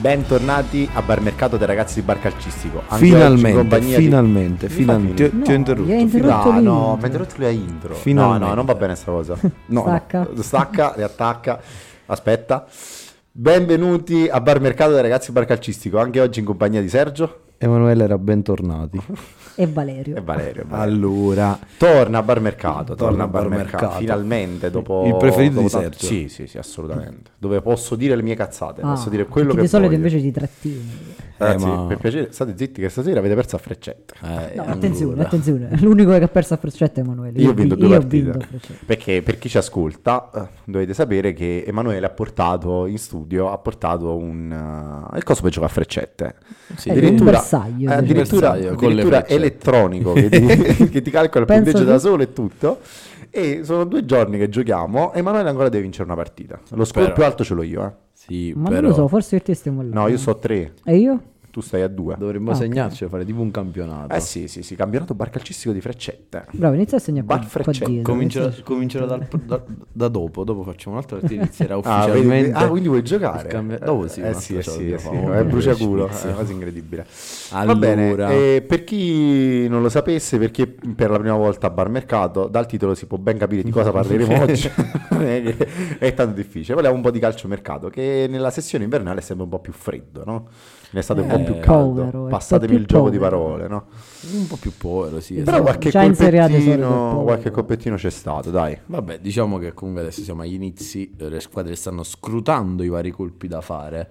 Bentornati a Bar Mercato dei ragazzi di Bar Calcistico. Anche oggi in Finalmente, compagnia di- finalmente, Mi finalmente. fa finire. Ti, ho- ti ho interrotto. gli hai finalmente. interrotto Ah, No, no, l'intro. mi ha interrotto lui a intro. Finalmente. No, no, non va bene sta cosa. No, no. Stacca. Stacca, riattacca, aspetta. Benvenuti a Bar Mercato dei ragazzi di Bar Calcistico. Anche oggi in compagnia di Sergio Emanuele era bentornati. E Valerio. e Valerio. Valerio. Allora, Torna a Bar Mercato, torna a Bar, Mercato. Mercato. Finalmente, dopo... Il preferito dopo di tanto- Sergio. Sì, sì, sì, assolutamente. Dove posso dire le mie cazzate, Ah, posso dire quello perché che di solito voglio. invece ti trattini. Ragazzi, Eh, ma- per piacere, state zitti che stasera avete perso a freccette. No, attenzione, attenzione. L'unico che ha perso a Freccetta è Emanuele. Eh, Io ho vinto vi- due io ho partite. vinto cioè. a Freccetta. Perché per chi ci ascolta, eh, dovete sapere che Emanuele ha portato in studio, ha portato un... eh, il coso per giocare a freccette. Eh, Addirittura- un bersaglio, eh, diciamo. addirittura, Bersaglio con le addirittura freccette. elettronico, che ti, che ti calcola il Penso punteggio che- da solo e tutto. E sono due giorni che giochiamo e Emanuele ancora deve vincere una partita. Lo score Però- più alto ce l'ho io, eh. Sì, Ma però non lo so, forse io e te stiamo là. No, io so tre, E io? tu stai a due. dovremmo Ah, ok. segnarci a fare tipo un campionato. Eh sì, sì, sì, campionato barcalcistico di freccette. Bravo, inizia a segnare qua, Bar qua Freccetta. dietro. Comincerò, inizia- comincerò dal- da, da dopo, dopo facciamo un'altra partita inizierà Ah, vedi- ufficialmente. ah, quindi vuoi giocare? Il cambio- dopo sì, eh, un'altra sì, eh, cosa sì, dobbiamo eh, sì. fare, è ovvio, bruciaculo, sì. è una cosa incredibile. Va Allora, bene, eh, per chi non lo sapesse, perché per la prima volta a Bar Mercato, dal titolo si può ben capire di cosa parleremo oggi, Non è che è tanto difficile. Parliamo un po' di calcio mercato, che nella sessione invernale sembra un po' più freddo, no? Ne è stato un po' Eh, più caldo, povero, è un po' passatemi più il gioco di povero. parole, no? un po' più povero, sì. Però esatto. qualche già in Serie A di solito è colpettino, povero. qualche colpettino c'è stato, dai. Vabbè, diciamo che comunque adesso siamo agli inizi, eh, le squadre stanno scrutando i vari colpi da fare.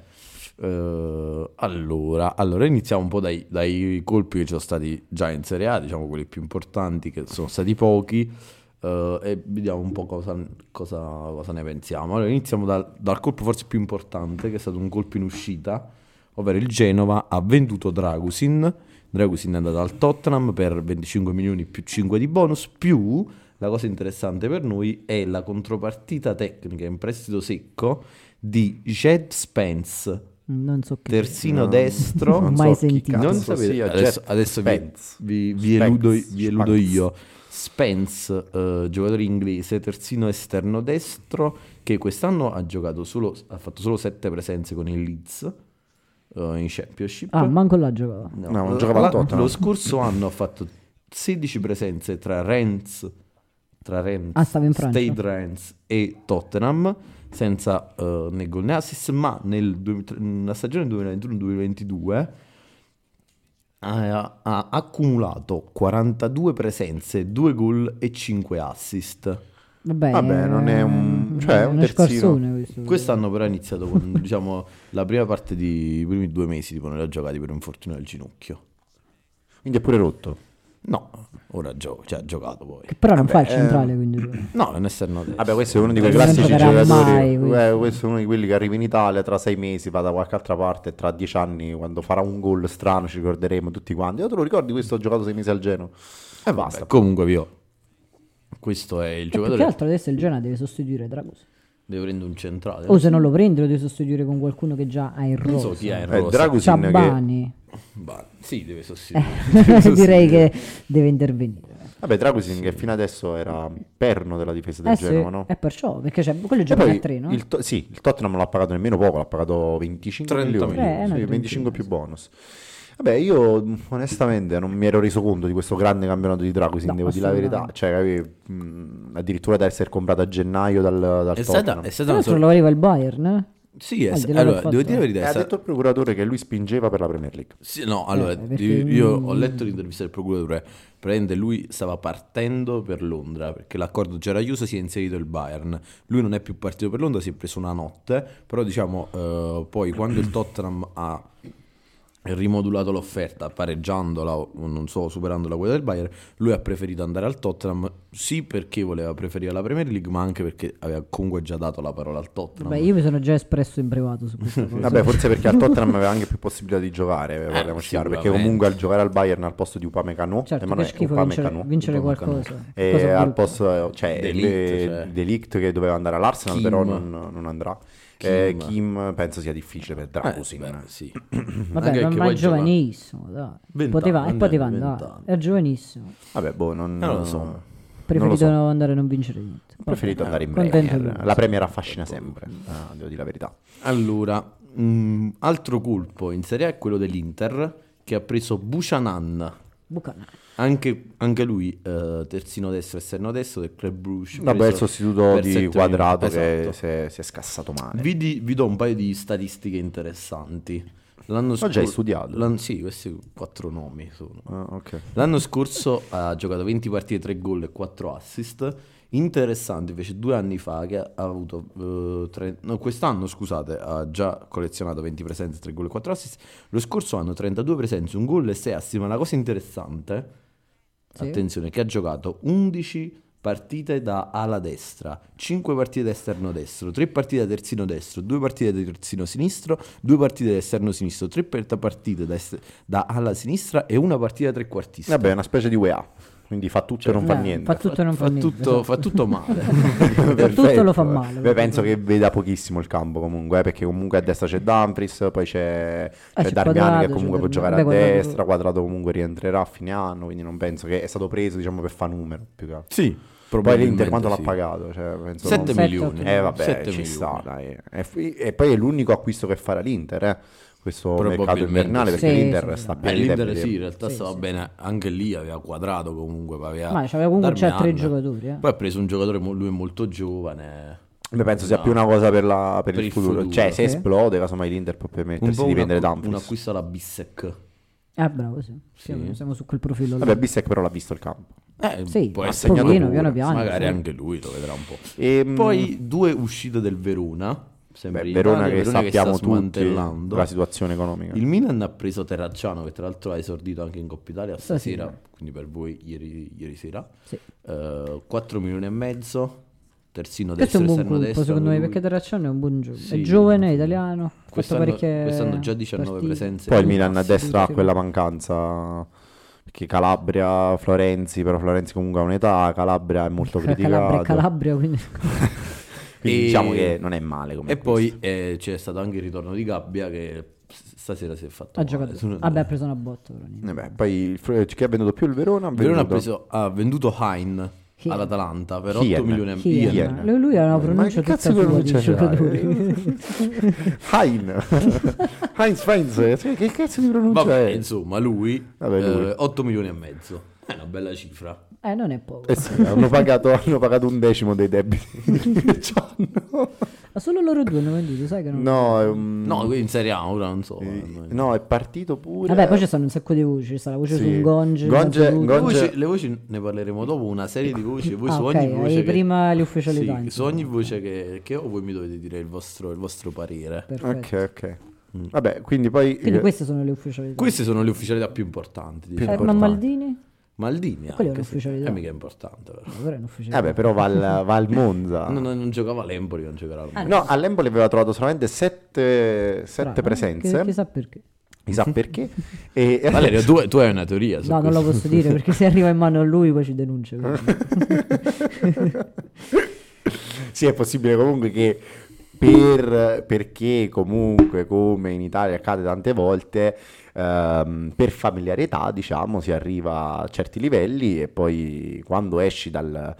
Eh, allora, allora, iniziamo un po' dai, dai colpi che ci sono stati già in Serie A, diciamo quelli più importanti, che sono stati pochi, eh, e vediamo un po' cosa, cosa- cosa ne pensiamo. Allora, iniziamo dal, dal colpo forse più importante, che è stato un colpo in uscita, ovvero il Genova ha venduto Dragusin. Dragusin è andato al Tottenham per 25 milioni più 5 di bonus, più la cosa interessante per noi è la contropartita tecnica in prestito secco di Jed Spence, Non so che... terzino No. destro. Non Mai so chi sentito. cazzo Non sapete- sia adesso Jed adesso vi- Spence. vi, vi Spence. eludo, vi eludo Spence. io. Spence, eh, giocatore inglese, terzino esterno destro, che quest'anno ha giocato solo, ha fatto solo 7 presenze con il Leeds eh, in Championship. Ah, manco là giocava. No, Eh, No, non giocava al la- Tottenham. Lo scorso anno ha fatto 16 presenze tra Rennes, tra Rennes, Ah, stava in Francia. Stade Rennes e Tottenham senza eh, né gol né assist, ma nel due- nella stagione 2021-2022 ha, ha accumulato 42 presenze, 2 gol e 5 assist. Vabbè, mm, Vabbè, non è un- cioè, è un uno terzino. scorsone questo. Quest'anno però ha iniziato con diciamo, la prima parte di i primi due mesi, tipo non li ha giocati per infortunio del ginocchio. Quindi è pure rotto. No, ora gioco, cioè ha giocato poi. Che Però non fa il Vabbè, eh, centrale, quindi... Cioè, No, non esterno destro. Vabbè, questo è uno di quei Non classici giocherà giocatori. mai, questo. eh, questo è uno di quelli che arriva in Italia tra sei mesi, va da qualche altra parte, tra dieci anni, quando farà un gol strano, ci ricorderemo tutti quanti. Io te lo ricordi questo? Ho giocato sei mesi al Genoa. E basta. Vabbè, comunque, Pio, questo è il E Eh, più che giocatore. altro adesso il Genoa deve sostituire Dragos. Deve prendere un centrale. O se non lo prendi lo devi sostituire con qualcuno che già ha il non rosso. so chi è il Eh, rosa. Dragusin che... Ciabani. Bah, sì, deve sostituire. Eh. Direi che deve intervenire. Vabbè, Dragusin che fino adesso era perno della difesa del Eh sì, Genova, no? è perciò, perché c'è, quello E gioca poi a 3, no? il, To- sì, il Tottenham l'ha pagato nemmeno poco, l'ha pagato 25 30 milioni, milioni. Eh, no, sì, 25 25, più bonus. Vabbè, io mh, onestamente non mi ero reso conto di questo grande campionato di Dracusin, No, devo dire la verità, assolutamente. cioè, capi, mh, addirittura da essere comprato a gennaio dal, dal È stata, Tottenham. è Tra stata una l'altro sor- lo voleva il Bayern, eh? Sì, è Al di sta- là del allora, fatto- devo dire la E verità. è Eh, ha sta- detto il procuratore che lui spingeva per la Premier League. Sì, no, allora, Eh, perché- io, io ho letto l'intervista del procuratore. Prende, lui stava partendo per Londra perché l'accordo c'era chiuso, si è inserito il Bayern. Lui non è più partito per Londra, si è preso una notte. Però, diciamo, eh, poi quando il Tottenham ha rimodulato l'offerta, pareggiandola o non so, superando la quella del Bayern, lui ha preferito andare al Tottenham. Sì, perché voleva preferire la Premier League, ma anche perché aveva comunque già dato la parola al Tottenham. Vabbè, io mi sono già espresso in privato su questa cosa. Vabbè, forse perché al Tottenham aveva anche più possibilità di giocare, parliamoci chiaro, perché Eh, sicuramente. comunque al giocare al Bayern al posto di Upamecano, certo, che Emanuele schifo vincere, Upamecano, vincere Upamecano. qualcosa. eh, E Cosa Eh, al brutta. posto, cioè, Delict, le- cioè. Delict che doveva andare all'Arsenal, Kim. però non, non andrà. Kim. Eh, Kim. penso sia difficile per Eh, Dragusin. beh, sì. Vabbè, Anche ma- perché ma è poi gioca- giovanissimo, dai. Vent'anni, Poteva, e vent'anni, poteva andare, vent'anni. è giovanissimo. Vabbè, boh, non, Eh, non lo so. Preferito so. andare a non vincere niente. Ho preferito andare in Contento Premier. lui. Ecco. La Premier affascina sempre, eh, devo dire la verità. Allora, mm, altro colpo in Serie A è quello dell'Inter che ha preso Buchanan, Buchanan. anche, anche lui eh, terzino destro, esterno destro del Club Bruges. Vabbè, preso il sostituto per di 7 Quadrato milioni. che Esatto. si è, si è scassato male. Vi, di- vi do un paio di statistiche interessanti. L'anno già scor- studiato. l'an- sì, questi quattro nomi sono. Ah, ok. L'anno scorso ha giocato 20 partite, 3 gol e 4 assist. Interessante invece due anni fa che ha avuto eh, tre- no, quest'anno scusate ha già collezionato 20 presenze, 3 gol e 4 assist. Lo scorso anno 32 presenze, un gol e 6 assist, ma la cosa interessante Sì. attenzione che ha giocato 11 partite da ala destra, 5 partite da esterno destro, 3 partite da terzino destro, 2 partite da terzino sinistro, 2 partite da esterno sinistro, 3 partite da, est- da ala sinistra e una partita da trequartista. Vabbè, è una specie di UEA, quindi fa tutto e non fa Eh, niente. Fa tutto e non fa, Fa niente. tutto, fa tutto male. Perfetto. lo fa male. Beh, penso che veda pochissimo il campo comunque, eh, perché comunque a destra c'è Dumfries, poi c'è, c'è Ah, c'è Darmian Quadrato, che comunque può c'è Darmian. giocare Beh, a Quadrato- destra, Quadrato comunque rientrerà a fine anno, quindi non penso che è stato preso diciamo per fa numero più che altro. sì, Poi l'Inter quanto l'ha pagato? Cioè, penso 7 non- Sette, milioni. otto Eh vabbè, Sette ci milioni. sta, dai. E, f- e poi è l'unico acquisto che farà l'Inter, eh, questo mercato Probabilmente invernale, perché sì. l'Inter Sì, sì, sta sì. Beh, pieno di Eh, l'Inter debiti. sì, in realtà Sì, stava sì. bene anche lì, aveva quadrato comunque, aveva Ma c'aveva comunque già Darmian. tre giocatori. eh. Poi ha preso un giocatore, mo- lui è molto giovane. Beh, penso sia No. più una cosa per, la- per Per il il futuro. futuro. Cioè, se Sì. esplode, casomai l'Inter può un permettersi po' di un, vendere acqu- un Dumfries. acquisto alla Bissec. Ah, bravo, sì. Siamo, siamo su quel profilo. lì. Vabbè, Bissek però l'ha visto il campo. Eh, Sì, può ma essere pochino, pure. piano piano, Magari sì. anche lui lo vedrà un po'. E Mm. Poi due uscite del Verona. Sempre in Verona Italia, che Verona sappiamo sta smantellando. tutti la situazione economica. Il Milan ha preso Terracciano, che tra l'altro ha esordito anche in Coppa Italia stasera, quindi per voi ieri, ieri sera. Sì. Eh, 4 milioni e mezzo, terzino destro, Questo è un buon esterno colpo, destro. secondo me, lui. perché Terracciano è un buon giocatore. Sì. È giovane, è italiano, ha fatto quest'anno, parecchie quest'anno già 19 partite. presenze. Poi il Milan a destra ha sì. quella mancanza. Perché Calabria, Florenzi, però Florenzi comunque ha un'età, Calabria è molto Cioè, Calabria criticato. è Calabria, quindi Quindi E- diciamo che non è male come E acquisto. poi eh, c'è stato anche il ritorno di Gabbia che s- stasera si è fatto ha male. giocato. Sono- Vabbè, ha preso una botta. però niente. Eh beh, poi il Fro- chi ha venduto più il Verona ha venduto Verona ha, preso- ha venduto Hein Hien. all'Atalanta per Hien. 8 milioni e Chi è? Hien. Ma Lui, lui ha una pronuncia Ma che tutta cazzo sua di pronuncia giocatori. Hein Heinz Feinz cioè, che cazzo di pronuncia Vabbè, è? insomma, lui, Vabbè, lui. eh, 8 milioni e mezzo. È una bella cifra. Eh, non è poco. Eh sì, hanno, pagato, hanno pagato un decimo dei debiti Cioè, che c'hanno. Ma solo loro due hanno venduto, sai che non... no ehm, No, qui in Serie A ora non so. eh, no, è partito pure Vabbè, poi ci stanno un sacco di voci. C'è la voce Sì. su Gonge. Gonge- Mazzucchi. Gonge- Le voci, le voci ne parleremo dopo, una serie di voci. Voi Ah, su ok, ogni hai voce che- prima le ufficialità, Sì, su insomma. ogni voce che, che ho voi mi dovete dire il vostro, il vostro parere. Perfetto. ok ok Mm. vabbè quindi poi eh, Quindi queste sono le ufficialità. Queste sono le ufficialità più importanti. Più Eh, diciamo. ma importanti. Maldini? Maldini Quella è anche, sì. un'ufficialità. Eh, mica è importante però. Allora è un'ufficialità. eh, vabbè però va al, va al Monza No, no, non giocava l'Empoli, non giocherà al Ah, Milan. No, all'Empoli aveva trovato solamente sette, Strano, sette eh? presenze, Che- Chissà perché. chissà perché. e Valerio, tu, tu hai una teoria su No, non questo. lo posso dire perché se arriva in mano a lui poi ci denuncia. quindi. Sì, è possibile comunque che per, perché comunque come in Italia accade tante volte, ehm, per familiarità diciamo si arriva a certi livelli e poi quando esci dal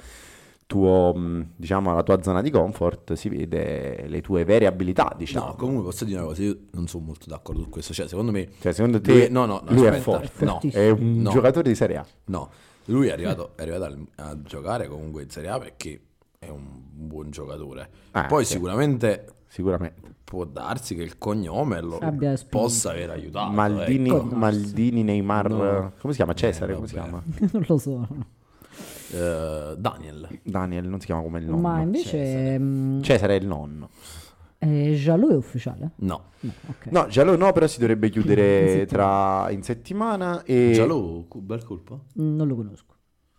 tuo, mh, diciamo, dalla tua zona di comfort si vede le tue vere abilità diciamo. No, comunque posso dire una cosa, io non sono molto d'accordo su questo, cioè secondo me... Cioè, secondo Lui te è- no, no, no, lui è aspetta, forte, no. è un No. giocatore di Serie A. No, lui è arrivato, è arrivato al- a giocare comunque in Serie A perché è un buon giocatore. Ah, Poi sì. sicuramente Sicuramente. può darsi che il cognome lo Abbia spinto. possa aver aiutato. Maldini, ecco. Maldini Neymar, No. come si chiama? Cesare, Eh, come si vabbè. chiama? non lo so. Eh, Daniel. Daniel, non si chiama come il nonno. Ma invece mh, Cesare è il nonno. eh, Jalou è ufficiale? No, No, ok. No, Giallo no, però si dovrebbe In chiudere settimana. tra in settimana e già lo bel colpo. Mm, Non lo conosco.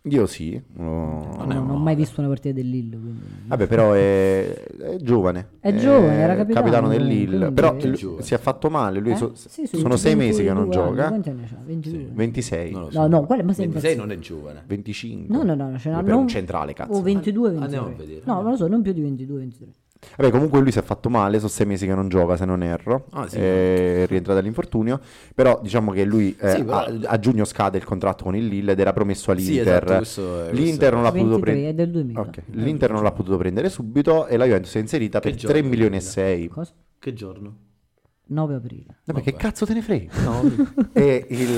io sì. no. Non è non ho male. mai visto una partita del Lille, quindi Vabbè, però è, è giovane. È giovane, era capitano, del Lille, quindi- però È lui- giovane. si è fatto male, lui Eh? so- Sì, sì, sono sei mesi che non 22 anni, gioca. Quanti anni c'ha? 22. 26, Non lo so. No, no, quello ma sei 26 impazzito. non è giovane. 25. No, no, no, Oh, ce n'ha Per un non- centrale, cazzo. O 22, 23. Andiamo a vedere, No, non lo so, non più di 22, 23. Vabbè, comunque lui si è fatto male, sono sei mesi che non gioca, se non erro. Ah, sì. Eh, rientra dall'infortunio. Però diciamo che lui eh, Sì, però- a, a giugno scade il contratto con il Lille ed era promesso all'Inter. Sì, esatto, questo è- L'Inter non l'ha potuto 23, prendere. è del 2000. Ok, L'Inter non l'ha potuto prendere subito e la Juventus si è inserita Che per gioco, 3 milioni e guarda. 6. Cosa? Che giorno? 9 aprile. Vabbè, che cazzo te ne frega? e il, eh,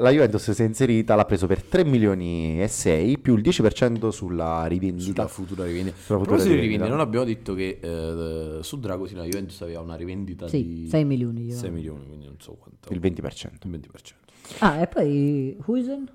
la Juventus si è inserita, l'ha preso per 3 milioni e 6 più il 10% sulla rivendita. sulla futura rivendita. Sulla A futura proposito di rivendita. rivendita, non abbiamo detto che eh, su Drago la Juventus aveva una rivendita Sì, di 6 milioni. io. 6 milioni, quindi non so quanto. il 20%. Il 20%. Ah, e poi Huisen?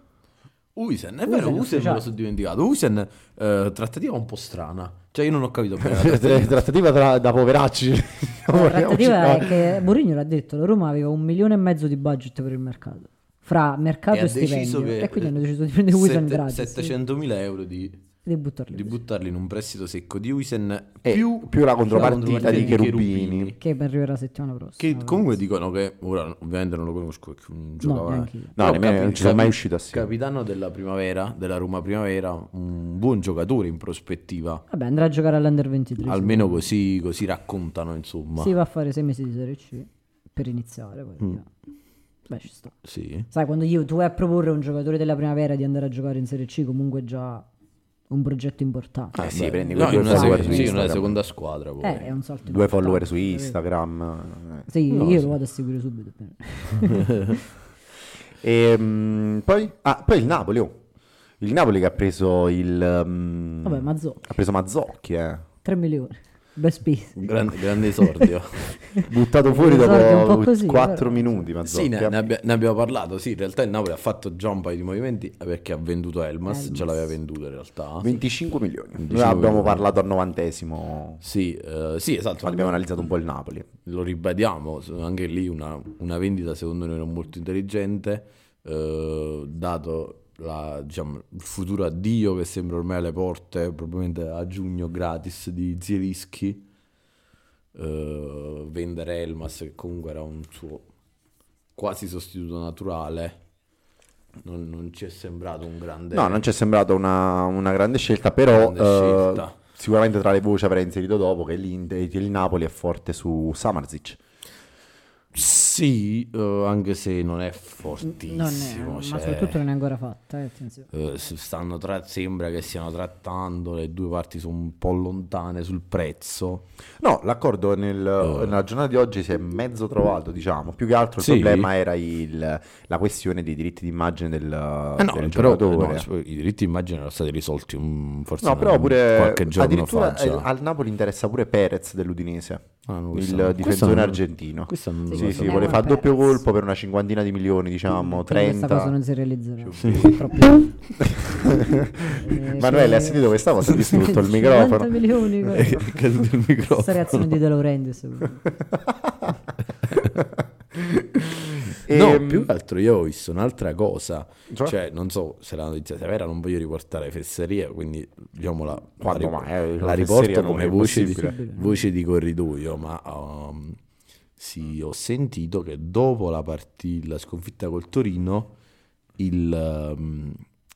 Usen, è vero, Huijsen è Usen me lo ufficiale. sono dimenticato. Usen, eh, trattativa un po' strana. Cioè io non ho capito bene. la trattativa. Trattativa tra- da poveracci. Eh, La trattativa è che Mourinho l'ha detto, la Roma aveva un milione e mezzo di budget per il mercato, fra mercato e, ha deciso stipendio, che e quindi hanno deciso di prendere Wilson sette- gratis, 700.000 euro di, di buttarlo di lì. buttarli in un prestito secco di Usen E più, più la contropartita di Cherubini. che arriverà la settimana prossima. Che comunque dicono che, ora ovviamente non lo conosco, è un giocava... neanche io. No, Però nemmeno- capi- non ci sono capi- mai uscito assieme. Capitano della primavera, della Roma primavera, un buon giocatore in prospettiva, Vabbè, andrà a giocare all'Under 23. almeno così, così raccontano insomma. Si va a fare 6 mesi di Serie C per iniziare. Poi Mm. via. Beh, ci sta. Sì. Sai, quando io, tu vai a proporre a un giocatore della primavera di andare a giocare in Serie C, comunque è già un progetto importante. Ah, sì, Beh, prendi no, quel in una, due seconda, follower su sì, in una Instagram. seconda squadra poi. Eh, è un salto Due importante, follower su capito? Instagram. eh. Sì, io lo vado a seguire subito. Mm. E, mm, poi, ah, poi il Napoli. oh. Il Napoli che ha preso il... mm, Vabbè, Mazzocchi. Ha preso Mazzocchi, eh. 3 milioni. Bel speso. Un grande, grande esordio. Buttato fuori Esordio un po' dopo così, 4 però. minuti sì, Mazzocchi. ne, eh. ne abbia- ne abbiamo parlato, sì, in realtà il Napoli ha fatto già un paio di movimenti eh, perché ha venduto Elmas, Elmas. già l'aveva venduto in realtà. 25 milioni. Noi 25 abbiamo milioni. parlato al novantesimo. Sì, eh, sì, esatto. Abbiamo analizzato un po' il Napoli. lo ribadiamo, so- anche lì una, una vendita secondo noi non molto intelligente, eh, dato la- diciamo, il futuro addio che sembra ormai alle porte, probabilmente a giugno gratis di Zierischi, eh, vendere Elmas che comunque era un suo quasi sostituto naturale, non, non ci è sembrato un grande... No, non ci è sembrata una, una grande scelta, però Grande eh, scelta. sicuramente tra le voci avrei inserito dopo che l'Inde- che il Napoli è forte su Samarzic. Sì, eh, anche se non è fortissimo. Non è, ma cioè- soprattutto non è ancora fatta. eh, attenzione. Eh, si stanno tra- sembra che stiano trattando, le due parti sono un po' lontane sul prezzo. No, l'accordo nel- nella giornata di oggi si è mezzo trovato, diciamo. Più che altro il Oh. Sì. problema era il- la questione dei diritti d'immagine del, Eh no, del però giocatore. no, i diritti immagino erano stati risolti mm, forse No, però un- pure qualche giorno addirittura fa. già. eh, al Napoli interessa pure Perez dell'Udinese, Ah, no, questo no. il Questo difensore non- argentino. questo non lo Sì, sì, sapevo. vuole fare doppio Perez. colpo per una cinquantina di milioni, diciamo, Però Questa 30. cosa non si realizzerà. Purtroppo. Eh, Manuele, che- ha sentito questa cosa? Ha distrutto il 50 microfono. milioni. guarda. È caduto il microfono. Questa reazione di De Laurentiis. Ehm, No, più che altro io ho visto un'altra cosa, Cioè? cioè, non so se la notizia sia vera, non voglio riportare fesserie, quindi diciamo la, la, Quando rip- mai, eh, la la fesseria riporto non come è voce di, possibile. voce di corridoio, ma ehm, sì, ho sentito che dopo la, partita, la sconfitta col Torino, il ehm,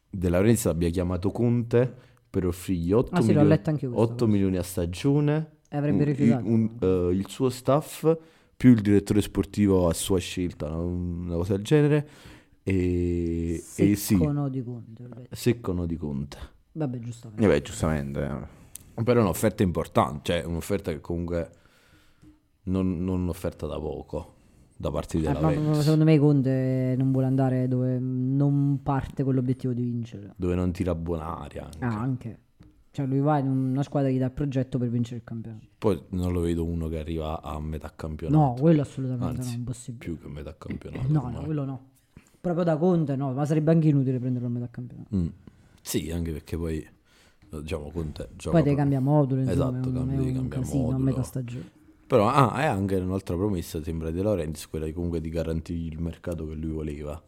De Laurentiis abbia chiamato Conte per offrirgli 8, Ah, sì, l'ho milioni, letta anche io questa 8 milioni a stagione, E avrebbe un- rifiutato. un- eh, il suo staff più il direttore sportivo a sua scelta, no? una cosa del genere. E, Secco e sì, no di Conte. ho detto. seccono di Conte. Vabbè, giustamente. Eh beh, giustamente. Uh, Però è un'offerta importante, cioè un'offerta che comunque non, non un'offerta da poco da parte Eh, della ma- ma Ventus, secondo me Conte non vuole andare dove non parte con l'obiettivo di vincere. dove non tira buon'aria. anche. Ah, anche. Cioè, lui va in una squadra che gli dà il progetto per vincere il campionato. Poi non lo vedo uno che arriva a metà campionato. No, quello assolutamente Anzi, no, impossibile. più che a metà campionato. No, no, ormai. quello no. Proprio da Conte no, ma sarebbe anche inutile prenderlo a metà campionato. Mm. Sì, anche perché poi eh, diciamo Conte gioca Poi te proprio- cambia modulo, insomma, Esatto, è un- cambi- è un cambia casino a modulo. metà stagione. Però ah, è anche un'altra promessa, sembra di Laurentiis, quella di comunque di garantirgli il mercato che lui voleva.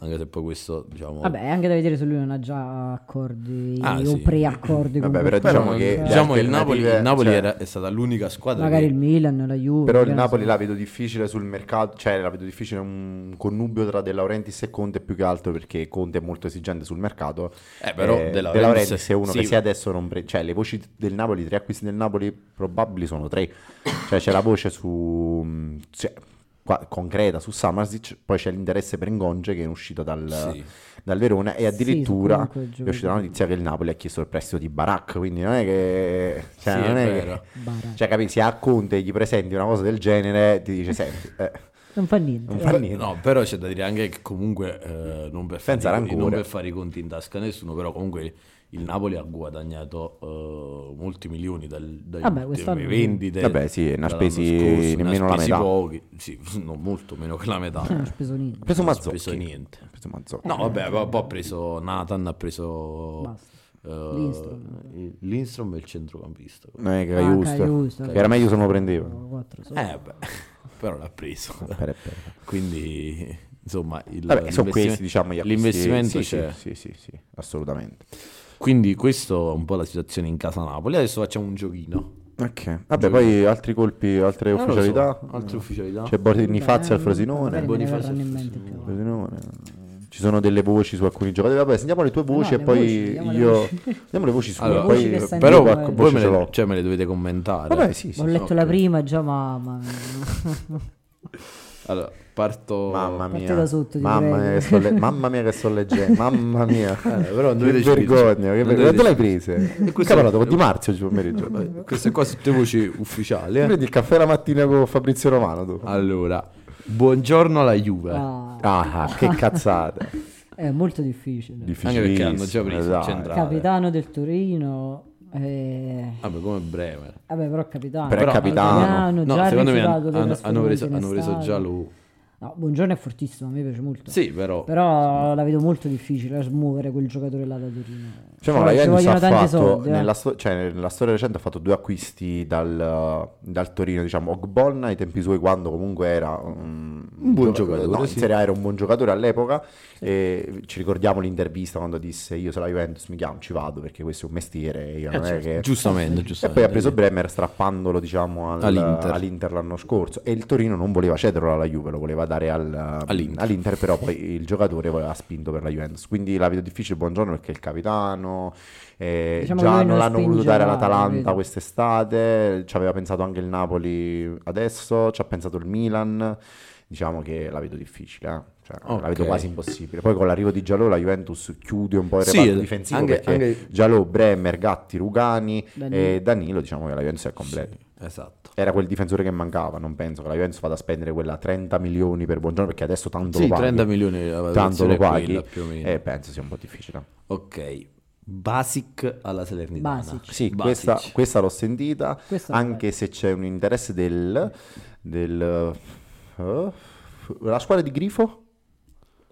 Anche se poi questo, diciamo... Vabbè, è anche da vedere se lui non ha già accordi Ah, o sì. preaccordi con Vabbè, però qualcuno, diciamo che- cioè, Diciamo il Napoli, il alternative, Napoli cioè- era- è stata l'unica squadra magari il che... Milan, la Juve, Però che il ne Napoli so. la vedo difficile sul mercato, cioè la vedo difficile un connubio tra De Laurentiis e Conte più che altro perché Conte è molto esigente sul mercato. Eh, però Eh, De Laurentiis- è uno che sì. se adesso non pre- cioè le voci del Napoli, i tre acquisti del Napoli probabili sono tre. Cioè c'è la voce su cioè, qua- concreta su Samarzic, poi c'è l'interesse per Ngonge che è uscito dal, Sì. dal Verona e Sì, addirittura comunque è giovedì. uscita la notizia che il Napoli ha chiesto il prestito di Barak, quindi non è che... Cioè, Sì, è non è che- vero. Bara. cioè, capisci, se a Conte gli presenti una cosa del genere, ti dice, senti, eh, non fa niente. non fa niente. No, però c'è da dire anche che comunque eh, non, per fare Senza i, non rancore. per fare i conti in tasca a nessuno, però comunque il Napoli ha guadagnato eh, molti milioni dal, dagli Vabbè, quest'anno ultime sì. vendite. Vabbè, sì, ne ha dall'anno spesi scorso, ne ha nemmeno la spesi metà. pochi, sì, non molto meno che la metà. Non ho speso niente. Ha preso Non ha speso Mazzocchi. niente. Ha preso Mazzocchi. No, vabbè, poi poi ha preso Nathan, ha preso Eh. Basta. eh, Lindstrom. Lindstrom e il centrocampista. Non è che Ah, Caiusto. Caiusto, Che vabbè. era meglio se non lo prendeva. Sono quattro solo. Eh, beh, però l'ha preso. Per- per- Quindi, insomma, il, Vabbè, sono l'investimento- questi, diciamo, gli acquisti. l'investimento sì, sì, c'è. Sì, sì, sì, assolutamente. Quindi questa è un po' la situazione in casa Napoli. Adesso facciamo un giochino. Ok. Vabbè, poi altri colpi, altre Non lo so, ufficialità. altre ufficialità. C'è Borini Fazzi al Beh, Frosinone. magari me Eh, ne Bonifacio verranno in al mente più avanti. Frosinone. Ci sono delle voci su alcuni giocatori. Vabbè, sentiamo le tue voci no, e le poi voci, vediamo le io. voci. Vediamo le voci su Allora, poi- voci che stanno però però in giro, qualche eh. voi voce me ce le, l'ho. cioè, me le dovete commentare. Vabbè, sì, sì. Ho letto la prima già, ma... ma- Allora, parto... Mamma mia. Parti da sotto, ti mamma, prego. mia che sto le- mamma mia che sto leggendo. Mamma mia. Eh, però non che dovete vergogna. scrivere- Che non vergogna. Tu dovete l'hai presa? Che questo- parlato con Di Marzio oggi pomeriggio. Vabbè, Queste qua sono tutte voci ufficiali. Ti eh. Prendi il caffè la mattina con Fabrizio Romano tu. Allora, buongiorno alla Juve. Ah, Ah, ah, che cazzata. è molto difficile. Anche perché hanno già preso il Esatto. centrale. Capitano del Torino... eh, Vabbè, come Bremer. Vabbè, però capitano. Però è capitano. Capitano, No, già secondo me rifiutato hanno, dei hanno- hanno preso, trasferimenti in hanno preso estate. già lui. No, buongiorno è fortissimo, a me piace molto. Sì, però... Però la vedo molto difficile a smuovere quel giocatore là da Torino. Cioè, ma Ci la vogliono Juventus ha tanti fatto, soldi, eh. nella, sto- cioè, nella storia recente ha fatto due acquisti dal, dal Torino, diciamo, Ogbonna ai tempi suoi quando comunque era un, Un buon gio- giocatore, no, in sì. Serie A era un buon giocatore all'epoca e ci ricordiamo l'intervista quando disse io sono la Juventus mi chiamo, ci vado perché questo è un mestiere, io non certo. è che... Eh, Giustamente, E giustamente. poi ha preso Bremer strappandolo diciamo al- all'Inter. All'Inter. l'anno scorso e il Torino non voleva cederlo alla Juve, lo voleva dare al- um, All'Inter. però poi il giocatore voleva spinto per la Juventus, quindi la vedo difficile buongiorno perché è il capitano, eh, Diciamo già lui non non l'hanno voluto spingerà, dare all'Atalanta capito? quest'estate, ci aveva pensato anche il Napoli adesso, ci ha pensato il Milan, diciamo che la vedo difficile. eh. Cioè, La Ok. vedo quasi impossibile. Poi con l'arrivo di Giallo la Juventus chiude un po' il Sì, reparto ed- difensivo anche- perché anche- Giallo, Bremer, Gatti, Rugani Danilo. e Danilo diciamo che la Juventus è completa. Esatto. Era quel difensore che mancava, non penso che la Juventus vada a spendere quella 30 milioni per Buongiorno perché adesso tanto Sì, lo paghi. 30 milioni la tanto valutazione lo è quella paghi Eh. più o meno. e penso sia un po' difficile. Ok, Basic alla Salernitana. Basic. Sì, Basic. questa, questa l'ho sentita, Questa l'ho anche se c'è un interesse del... del eh, la squadra di Grifo?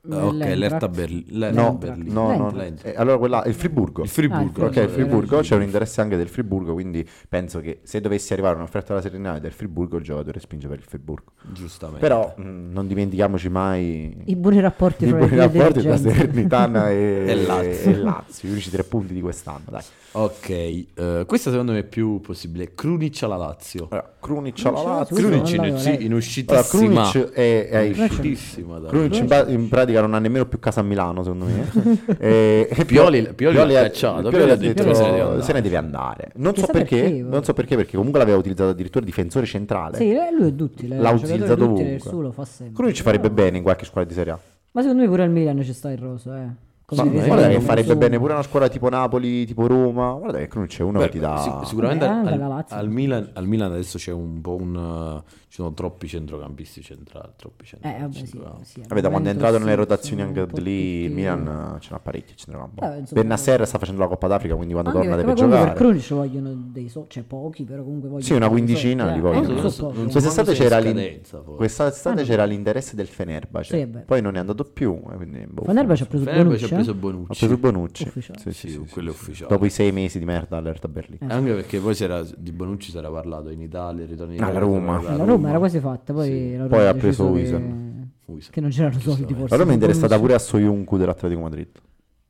Eh, ok, L'Eintracht. l'Erta Berlino. No, Berlino. no, no. L'Eintracht. Eh, allora quella, il Friburgo. Il Friburgo. Ok, il Friburgo, Friburgo. c'è un interesse anche del Friburgo, quindi penso che se dovesse arrivare un'offerta alla Serenale del Friburgo, il giocatore spinge per il Friburgo. Giustamente. Però mh, non dimentichiamoci mai I buoni rapporti i fra buoni i due rapporti tra dirigenti. Salernitana e, E Lazio. e Lazio, gli unici tre punti di quest'anno. Dai. Ok, eh, questa secondo me è più possibile. Krunic alla Lazio. Allora, Eh, Krunic alla Krunic alla Lazio. Lazio. Krunic Krunic non in, l'avevo letto. in Allora, uscitissima. Krunic è, è in uscitissima. dai. Krunic in, pra- in pratica non ha nemmeno più casa a Milano, secondo me. eh. e, e Pioli- Pioli l'ha ha- cacciato, Pioli Pioli ha ha detto detto, che se ne deve andare. se ne deve andare. Non so Chissà perché, perché, non so perché, perché comunque l'aveva utilizzato addirittura difensore centrale. Sì, eh, lui è duttile. L'ha il giocatore utilizzato duttile, ovunque. Gesù lo fa sempre. Krunic farebbe Però- bene in qualche squadra di Serie A. Ma secondo me pure al Milan ci sta il rosso, eh. Come Ma dire, guarda che come farebbe Gesù. bene pure una squadra tipo Napoli, tipo Roma. Guarda che Krunic è uno Beh, che ti dà... sic- sicuramente Vabbè, anche al, la Lazio. al Milan, al Milan adesso c'è un po' un... eh, ci sono troppi centrocampisti centrali. Troppi Eh, centrali vabbè, sì, centrocampi. sì, al Vabbè, da quando momento è entrato nelle sì, rotazioni sono anche un po' lì, il tutti- Milan eh, ce l'ha parecchio a centrocampo. Eh, insomma- Bennasser sta facendo la Coppa d'Africa, quindi quando Anche torna perché deve poi comunque giocare. Per Krunic vogliono dei soldi, cioè pochi, però comunque vogliono Sì, una dei quindicina li soldi, eh. vogliono. Eh, non so Non pochi, so eh. se- Quest'estate Secondo me c'era, sei in l'in- scadenza, poi. quest'estate Ah, no. c'era l'interesse del Fenerbahce, Sì, è vero. poi non è andato più. eh, Quindi, boh, Fenerbahce ha preso Fenerbahce Bonucci, ha preso eh? ha Bonucci. preso Bonucci. Ufficiale. Eh, Sì, sì, Sì, sì, sì. quello è ufficiale. Dopo i sei mesi di merda allerta Berlino. Anche perché poi c'era, di Bonucci si era parlato in Italia, ritorno in Alla Italia. Roma. torno alla La Roma era quasi fatta, poi la Roma Poi ha deciso preso che- Wilson. Wilson. Che non c'erano soldi forse. La Roma è interessata Bonucci. pure a Soyuncu dell'Atletico Madrid.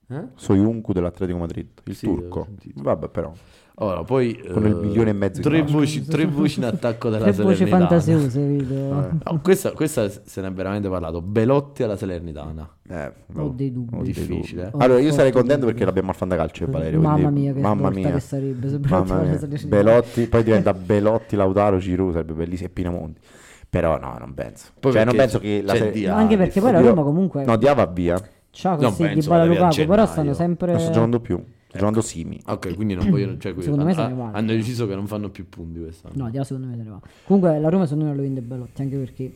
Eh? Soyuncu dell'Atletico Madrid, il Sì, ho turco. sentito. Vabbè, però. Ora, poi... eh, Con il milione e mezzo di Tre calcio. voci, tre voci in attacco della Che voci Salernitana. fantasiose, vedo. No, questa, questa se ne è veramente parlato. Belotti alla Salernitana. Eh, Ho dei dubbi. ho dei dubbi. Difficile, eh. Allora, io sarei Ho contento dubbi. perché l'abbiamo al Fantacalcio eh, Valerio. Mamma quindi- mia, che mamma svolta mia. che sarebbe se Mamma Belotti mia. fosse Salernitana. Belotti, poi diventa Belotti, Lautaro, Giroud, sarebbe bellissimo e Pinamonti. Però no, non penso. Poi cioè, non perché penso che la c'è serie- Diaby. Ma anche perché poi la Oddio. Roma comunque No, Dia va via. c'ha non questi penso, di Bala magari a Lukaku, però gennaio. stanno sempre... Non sto giocando più. Ecco. Sto giocando Simi. Ok, quindi non vogliono. Cioè, Secondo me ah, sono uguali. hanno deciso che non fanno più punti quest'anno. No, Diala secondo me se ne va. Comunque la Roma secondo me lo vende Belotti, anche perché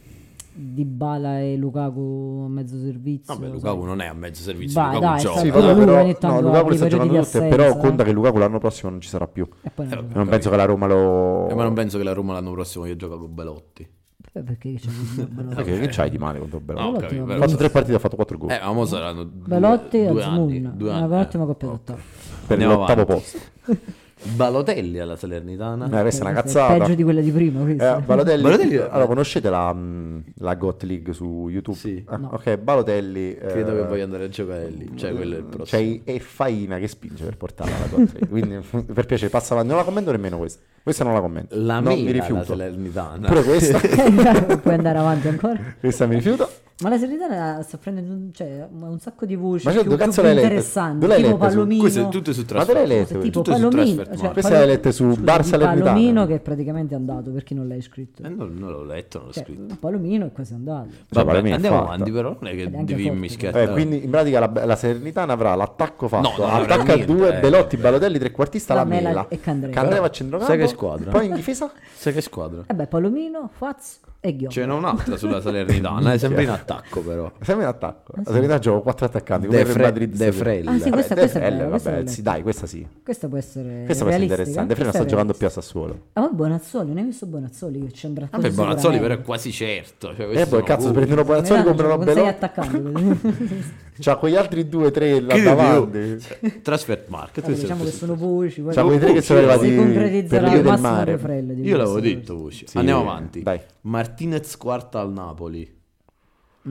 Di Bala e Lukaku a mezzo servizio. Vabbè, sai. Lukaku non è a mezzo servizio, Vai, Lukaku dai, gioca. stai- Sì, Eh, vabbè, però lui però ogni tanto no, ha Lukaku dei sta periodi giocando di tutte, assenza, però eh. conta che Lukaku l'anno prossimo non ci sarà più. E poi non lo Non penso che la Roma lo... Eh, ma non penso che la Roma l'anno prossimo io gioca con Belotti. Vabbè, eh, perché c'è il Che, Belotti? che c'hai di male contro Bello? No, ok, Belotti, Ha vabbè. però- fatto tre partite, ha fatto quattro gol. Eh, ma mo saranno due- Belotti e due Azmoun, anni, due una anni, ottima eh. coppia Ok. d'ottavo. per Andiamo l'ottavo avanti. posto. Eh, Balotelli alla Salernitana. Eh, questa è una Questa cazzata. Peggio di quella di prima, questa. Eh, Balotelli, Balotelli- allora conoscete la, mh, la Got League su YouTube? Sì. Ah, No. Ok, Balotelli. Credo eh, che voglia andare a giocare lì. Cioè, quello è il prossimo. C'è Eh, i- e Faina che spinge per portarla alla Got League. Quindi per piacere, passa avanti. Non la commento nemmeno questa. Questa non la commento. la no, mela mi alla rifiuto. Salernitana. Pure questa. Puoi andare avanti ancora? questa mi rifiuto. Cioè, Ma la Serenitana sta prendendo un, cioè, un sacco di voci Ma cioè, più, dove più cazzo l'hai letta? interessanti, Dove l'hai tipo letta su- Palomino. Questo è tutto su Ma te l'hai trasferta. letto? Cose Cioè, tipo Eh, tutto su Palomino, Transfer cioè, Market. Questa Palo- l'hai letta su scusa, di Barça Salernitana. Palomino che praticamente è andato perché non l'hai scritto. Eh, non, non l'ho letto, non l'ho Cioè, scritto. Palomino e quasi è andato. Cioè, Vabbè, Palomino è andiamo forte. avanti, però. Non è Ed è che anche devi forte. Eh, mischiare. quindi in pratica la, la Salernitana avrà l'attacco fatto, No, non avrà attacco a niente, due, eh. Belotti, Balotelli, trequartista, la, La Mela Mela, e Candreva. a centrocampo, Sai che squadra? poi in difesa Sai che squadra? E Eh beh, Palomino, Faz e Ghio. Cioè, Ce n'è un'altra sulla Salernitana. È sempre in attacco, però. Sempre in attacco. La Serenità gioca quattro attaccanti. Cioè, Come De, per Fre- Madrid De stasera. Frel. Ah, sì, questa- Vabbè, questa è DFL, bella, questa vabbè, l'ho sì, letta. dai, questa sì. Questa può essere Questa può essere realistica, eh? interessante. Frena sta questa è giocando più a realistica. Sassuolo. Ah, ma Bonazzoli, non hai visto Bonazzoli che c'entra Vabbè, Bonazzoli, però è quasi certo. Cioè, E questo poi no. Eh, boh, cazzo, Uh. prendono Bonazzoli, comprano Stai Belotti. attaccando. C'ha quegli altri due, tre là Che devi- davanti. Transfer market. questo è diciamo che questo. sono voci. poi C'ha quei tre che sono si arrivati per concretizzerà Rio al del massimo Mare. delle frelle. di Io l'avevo questo. detto, Voci. Sì, Andiamo avanti. dai. Martinez quarta al Napoli.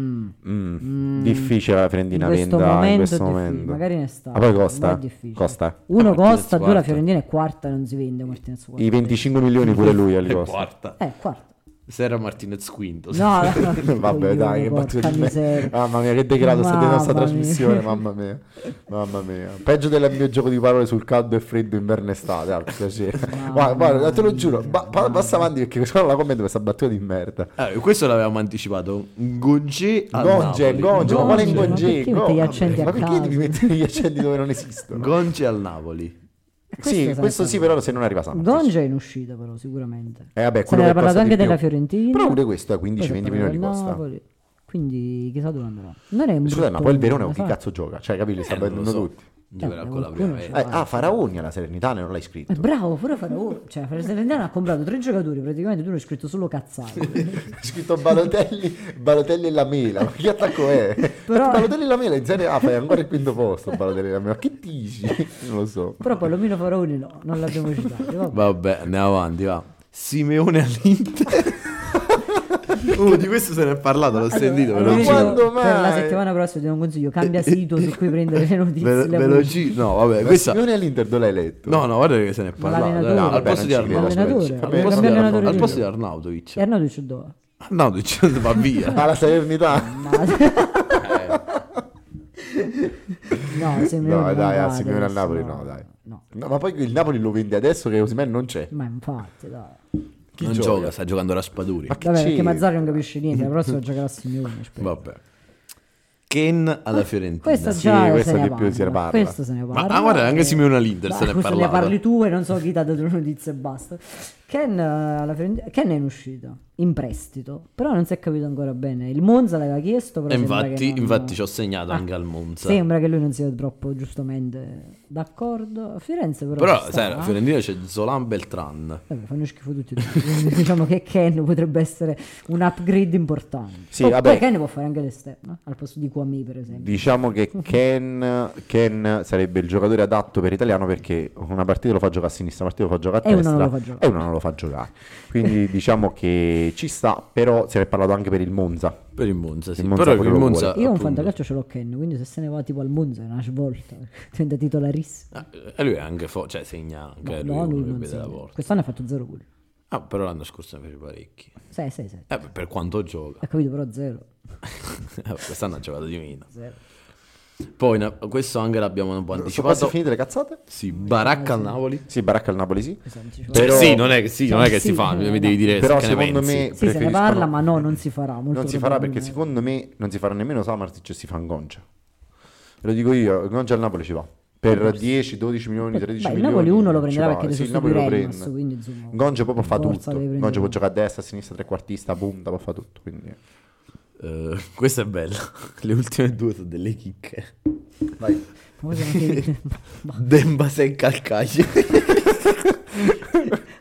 Mm, Difficile la In Fiorentina questo venda in momento, questo è difficile, momento. magari ne sta. Ma poi ma costa? è difficile. Costa. Uno Martinez costa, due la quarta. Fiorentina è quarta, non si vende Martinez quarta. I 25 milioni pure lui a E costa. quarta. Eh, quarta. Sera Martinez quinto. No, no, Vabbè, coglione, dai, che porca battuta di me. Ah, miseria. Mamma mia, che degrado sta dentro questa Mamma mia. trasmissione, mamma mia. Mamma mia. Peggio del mio gioco di parole sul caldo e freddo inverno e estate, ah, per piacere. Guarda, guarda, te lo giuro, ba- pa- passa avanti perché se no la commento questa battuta di merda. Eh, questo l'avevamo anticipato. Gonge al Gonge, Napoli. Gonge, ma quale Gonge, Ah, ma Gonge? perché metti gli accendi a ma perché caso? devi mettere gli accendi dove non esistono? Gonge al Napoli. sì, sarà questo stato- sì, però se non arriva Sampic. Gonge è in uscita, però, sicuramente. Eh, vabbè, Se quello ne che era parlato costa di anche più. della Fiorentina. Però pure questo è Poi si 15-20 parla milioni di del costa. Napoli. Quindi chissà dove andrà. Non è un Scusate, ma brutto poi il Verone con nome, chi sai? cazzo gioca? Cioè, capito, li sta Eh, non lo prendendo so. tutti. Giocherà Eh, con la qualcuno primavera. Eh, ah, Faraoni alla Serenità non l'hai scritto. Eh, bravo, pure Faraone. Cioè, Fiorentina ha comprato tre giocatori, praticamente tu ne hai scritto solo cazzate. C'è scritto Balotelli, Balotelli e la Mela. Ma che attacco è? Però- Balotelli e la Mela in Serie A fai ancora il quinto posto. Balotelli e la Mela. Ma che dici? Non lo so. Però Palomino Faraone no, non l'abbiamo citato. vabbè. Vabbè, andiamo avanti, va. Simeone all'Inter. oh, di questo se ne è parlato, l'ho sentito, ve Allora, lo Ma io giro. quando Per la mai? settimana prossima ti do un consiglio, cambia sito su cui prendere le notizie. Ve, le ve lo voci. giro. No, vabbè, Ma questa... Simeone all'Inter dove l'hai letto? No, no, guarda che se ne è parlato. L'allenatore. eh. No, al vabbè, posto non di ci credo, Arnautovic. aspetta. Al posto di Cambiare Arnautovic. allenatore Al posto di giro. Arnautovic. E Arnautovic dove? Arnautovic va via. Alla Serenità. Ma... no, Simeone Eh. No, non dai, ah, a va Simeone al adesso, Napoli no, dai. No, No, ma poi il Napoli lo vende adesso che Osimhen non c'è. ma infatti, dai. Chi non gioca? gioca? sta giocando Raspaduri. Ma che Vabbè, c'è? perché Mazzari non capisce niente, la prossima giocherà Simeone, spero. Vabbè. Ken alla Fiorentina. Questa Sì, già questa se ne di più se ne parla. parla. Questo se ne Ma parla. ah, guarda, anche Eh, Simeone all'Inter se ne è forse ne parlato. parli tu e non so chi ti ha dato le notizie e basta. Ken, eh, alla Fiorentina- Ken è in uscita, in prestito, però non si è capito ancora bene. Il Monza l'aveva chiesto, però E sembra infatti, che non- Ah, infatti ci ho segnato anche al Monza. Sembra che lui non sia troppo giustamente d'accordo. A Firenze però... Però, ci sta, sai, eh. la Fiorentina c'è Zolan Beltran. Vabbè, fanno schifo tutti e due. Quindi diciamo che Ken potrebbe essere un upgrade importante. Sì, poi, vabbè. poi Ken può fare anche l'esterno, eh, al posto di Kwame per esempio. Diciamo che Ken, Ken sarebbe il giocatore adatto per italiano perché una partita lo fa giocare a sinistra, una partita lo fa giocare a E destra una non lo fa giocare. e una non lo fa giocare. Quindi diciamo che ci sta, però se ne è parlato anche per il Monza. Per il Monza, sì. Il Monza Però pure il lo Monza. Io un appunto- fantacalcio ce l'ho Ken, quindi se se ne va tipo al Monza è una svolta, diventa titolarissimo. Ah, E lui è anche fo- cioè segna anche No, lui, lui lui non della segna. porta. Quest'anno ha fatto zero gol. Ah, però l'anno scorso ne fece parecchi. Sei, sei, sei. Eh, per quanto gioca. Ha capito però zero. Eh, Quest'anno ha giocato di meno. Zero. Poi, na- questo anche l'abbiamo un po' Sono quasi anticipato. finite le cazzate? Sì, Baracca al Sì. Napoli. Sì, Baracca al Napoli sì. Esatto, ci Cioè, Però- sì, non è che, sì, non è che si fa, Sì, eh, mi devi dire Però che ne secondo me... pensi. Sì, se ne preferiscono- parla, ma no, non si farà. molto Non si farà perché probabilmente. secondo me non si farà nemmeno Samartic e si fa Goncia. Ve lo dico io, Goncia al Napoli ci va. Per 10, 12 milioni, 13 Beh, il milioni. Napoli 1 lo ci prenderà va. perché Sì, adesso il Napoli lo prende. quindi insomma. Gongia proprio fa forza tutto. deve prendere Gongia può lui. giocare a destra, a sinistra, trequartista, punta, può fare tutto. Quindi... Eh, questa è bella. Le ultime due sono delle chicche. Ma cosa ne- Demba secca al calcio.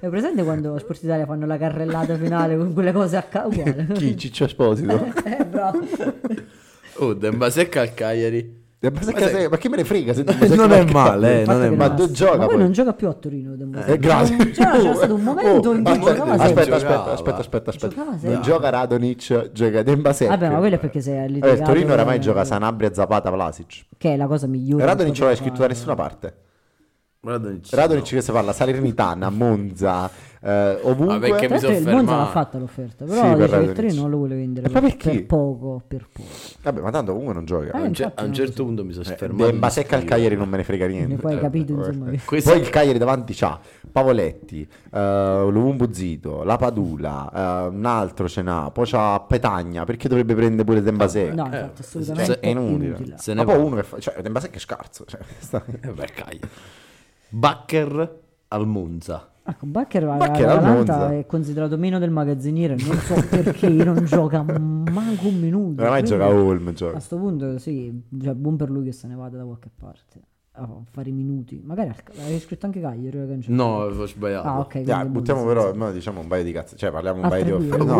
È presente quando Sport Italia fanno la carrellata finale con quelle cose a ca- uguale? Chi? Ciccio Esposito? Eh, bravo. Oh, Demba secca al Cagliari. Eh, ma, se- Ma sei- ma che me ne frega se Eh, non è male, eh, non è Infatti che ma male. rimasta. dove gioca Ma poi poi? non gioca più a Torino. Dembo. Eh, grazie. Non- C'era, c'era Oh, stato un momento oh, in cui aspetta, giocava aspetta, sempre. aspetta, Giocava. aspetta, aspetta, aspetta, Giocava Non sempre. gioca Radonic, gioca Demba Secchio. Vabbè, ma quello è perché sei Eh, il litigato. Torino oramai eh, gioca Sanabria, Zapata, Vlasic. Che è la cosa migliore. Radonic che non l'hai Cioè, puoi scritto da fare. nessuna parte. Radonic. Radonic che si parla Salernitana, Monza, eh, ovunque. Ma perché Tra l'altro Mi sono il Monza l'ha fermato. fatta l'offerta, Sì, però per dice che il Radonic. Torino non lo vuole vendere Eh, ma per, perché? per poco, per poco. Vabbè, ma tanto comunque non A gioca. Eh, un, cer- a infatti un non certo so. punto mi sono Eh, fermato. Demba secca al Cagliari non me ne frega niente. Eh, Ne poi hai capito, insomma. che- Questo- Eh, Poi il Cagliari davanti c'ha Pavoletti, eh, Luvumbu Zito, La Padula, eh, un altro ce n'ha, poi c'ha Petagna, perché dovrebbe prendere pure Demba Secca? No, Eh, infatti, assolutamente Cioè, è inutile. inutile. Se Ma ne poi va. uno che fa, cioè Demba Secca è scarso. Cioè, sta- Eh, beh, Cagliari. Bakker al Monza. Ecco, Bacher Bakker al Monza. all'Atalanta è considerato meno del magazziniere, non so perché non gioca manco un minuto. Oramai quindi gioca Holm, gioca. A sto punto sì, cioè, buon per lui che se ne vada da qualche parte a fare i minuti. Magari al- hai scritto anche Cagliari, eh, Cancello? No, ho sbagliato. Ah, ok. Dai, quindi buttiamo buon- però, no, diciamo un paio di cazzo, cioè parliamo un Altre paio di due? offerte.